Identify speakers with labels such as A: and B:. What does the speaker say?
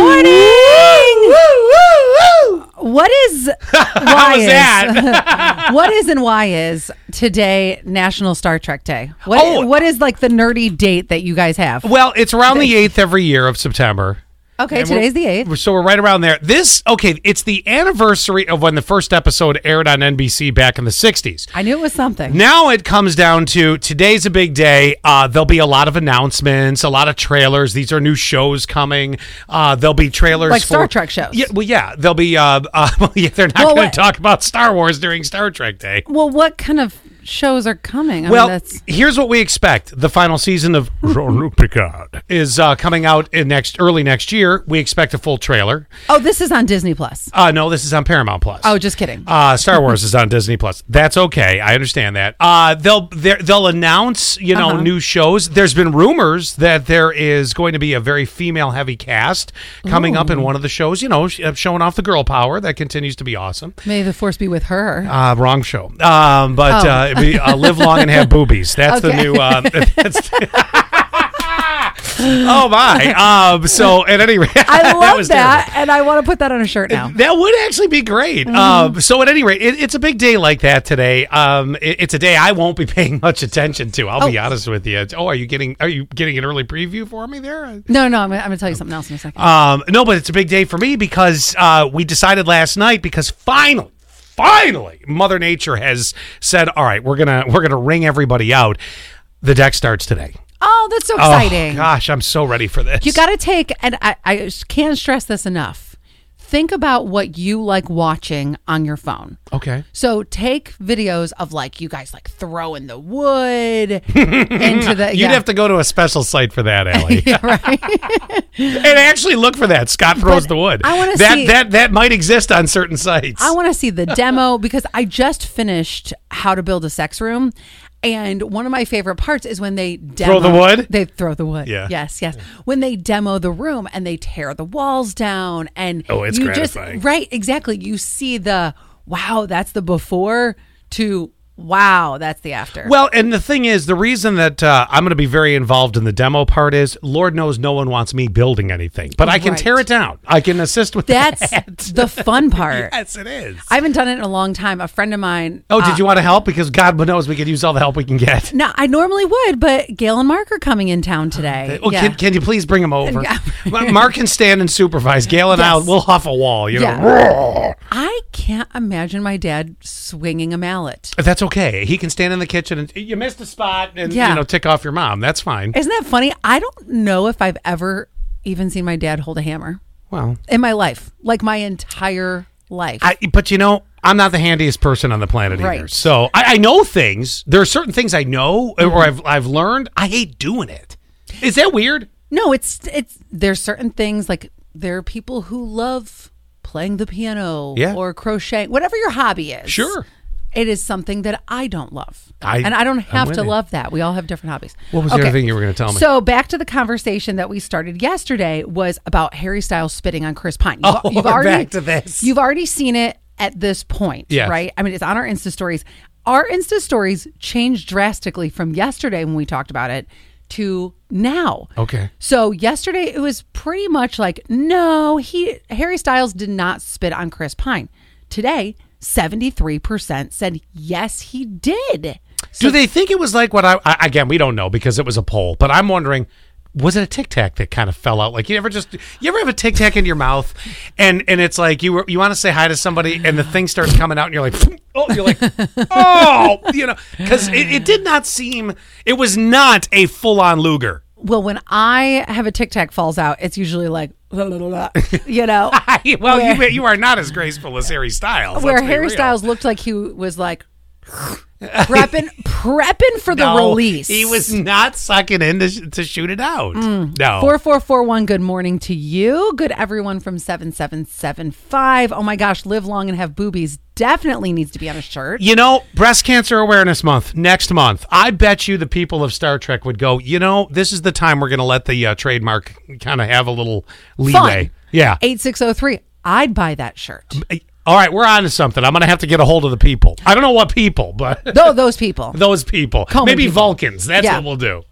A: Morning.
B: Woo, woo, woo.
A: What is why
B: How was
A: is
B: that?
A: what is and why is today National Star Trek Day? What
B: Oh.
A: what is like the nerdy date that you guys have?
B: well, it's around the 8th every year of September.
A: Okay,
B: And we're-
A: today's the eighth.
B: we're- So we're right around there. This, okay, it's the anniversary of when the first episode aired on NBC back in the 60s.
A: I knew it was something.
B: Now it comes down to today's a big day. Uh, there'll be a lot of announcements, a lot of trailers. These are new shows coming. Uh, there'll be trailers
A: Like
B: for,
A: Star Trek shows.
B: Yeah, well, yeah, there'll be. Uh, uh, well, yeah, they're not
A: Well,
B: going
A: what-
B: to talk about Star Wars during Star Trek Day.
A: well, what kind of shows are coming? I mean,
B: Well,
A: that's
B: here's what we expect. The final season of Jean-Luc Picard is uh, coming out in next early next year. We expect a full trailer.
A: oh, this is on Disney Plus.
B: Uh, no, this is on Paramount Plus.
A: Oh, just kidding.
B: Uh, Star Wars is on Disney Plus. That's okay. I understand that. Uh, they'll they're- they'll announce you know
A: Uh-huh.
B: new shows. There's been rumors that there is going to be a very female heavy cast coming up in one of the shows. You know, sh- uh, showing off the girl power that continues to be awesome.
A: May the force be with her.
B: Uh, wrong show. Um, but uh, it'd be, uh, live long and have boobies. That's
A: Oh. Okay.
B: the new. Uh, that's oh my. Um, so at any rate,
A: I love
B: was
A: that, Mm-hmm.
B: terrible.
A: and I want to put that on a shirt now.
B: That would actually be great. Um, so, at any rate, it, it's a big day like that today. Um, it- it's a day I won't be paying much attention to. I'll be
A: Oh.
B: honest with you. It's- Oh, are you getting are you getting an early preview for me there?
A: No, no, I'm, gonna- I'm going to tell you something else in a second.
B: Um, no, but it's a big day for me because uh, we decided last night because finally. Finally, Mother Nature has said, "All right, we're gonna we're gonna ring everybody out." The deck starts today.
A: oh, that's so
B: Oh,
A: exciting!
B: gosh, I'm so ready for this.
A: You got to take, and I, I can't stress this enough. Think about what you like watching on your phone.
B: okay.
A: So take videos of like you guys like throwing the wood into the.
B: You'd have to go to a special site for that, Allie.
A: right?
B: And actually look for that. Scott throws the wood.
A: I wanna
B: that
A: see-
B: that that might exist on certain sites.
A: I want to see the demo because I just finished How to Build a Sex Room. And one of my favorite parts is when they
B: Throw
A: demo,
B: the wood?
A: They throw the wood.
B: Yeah.
A: Yes, yes. When they demo the room and they tear the walls down and
B: Oh, it's
A: you
B: gratifying.
A: just right, exactly. You see the wow, that's the before to wow, that's the after.
B: well, and the thing is, the reason that uh, I'm going to be very involved in the demo part is, Lord knows, no one wants me building anything, but I can
A: Right.
B: tear it down. I can assist with
A: that's
B: that.
A: the fun part.
B: yes, it is.
A: I uh, haven't done it in a long time. A friend of mine.
B: oh, did you want to help? Because God knows we could use all the help we can get.
A: No, I normally would, but Gail and Mark are coming in town today.
B: Oh,
A: yeah.
B: can, can you please bring him over?
A: Yeah.
B: Ma- Mark can stand and supervise. Gail and I'll
A: Yes.
B: we'll huff a wall. You know,
A: Yeah. I can't imagine my dad swinging a mallet.
B: that's okay. He can stand in the kitchen and you missed a spot and
A: Yeah.
B: you know tick off your mom. That's fine.
A: Isn't that funny? I don't know if I've ever even seen my dad hold a hammer
B: Well,
A: in my life, like my entire life.
B: I, but you know, I'm not the handiest person on the planet either.
A: Right.
B: So I, I know things. There are certain things I know or I've I've learned. I hate doing it. Is that weird?
A: no, it's it's there's certain things like there are people who love playing the piano
B: Yeah.
A: or crocheting, whatever your hobby is.
B: Sure.
A: It is something that I don't love.
B: I-
A: and I don't
B: I'm
A: have
B: with
A: to
B: you.
A: love that. We all have different hobbies.
B: What was the other thing you were gonna tell me?
A: So back to the conversation that we started yesterday was about Harry Styles spitting on Chris Pine. You've,
B: Oh, we're back to this.
A: You've already seen it at this point,
B: Yes.
A: right? I mean, it's on our Insta stories. Our Insta stories changed drastically from yesterday when we talked about it to now.
B: Okay.
A: So yesterday it was pretty much like no, he Harry Styles did not spit on Chris Pine. Today, 73% said yes he did.
B: Do they think it was like what I, I again? We don't know because it was a poll. But I'm wondering. Was it a tic tac that kind of fell out? Like you ever just you ever have a tic tac in your mouth, and and it's like you were, you want to say hi to somebody, and the thing starts coming out, and you're like, oh, you're like, oh, you know, because it, it did not seem it was not a full on Luger.
A: Well, when I have a tic tac falls out, it's usually like you know,
B: I- well, you you are not as graceful as Harry Styles.
A: where
B: let's be
A: Harry
B: real.
A: Styles looked like he was like prepping prepping for the
B: No,
A: release.
B: He was not sucking in to, sh- to shoot it out.
A: Mm.
B: No.
A: 4441 good morning to you good everyone from 7775 oh my gosh live long and have boobies definitely needs to be on a shirt
B: you know, Breast Cancer Awareness Month next month. I bet you the people of Star Trek would go. You know, this is the time we're going to let the uh, trademark kind of have a little leeway.
A: Fun.
B: Yeah. Um,
A: 8603 i'd buy that shirt
B: All right, we're on to something. I'm going to have to get a hold of the people. I don't know what people, but
A: though those people
B: those people,
A: Common
B: maybe
A: people.
B: Vulcans. That's
A: Yeah.
B: what we'll do.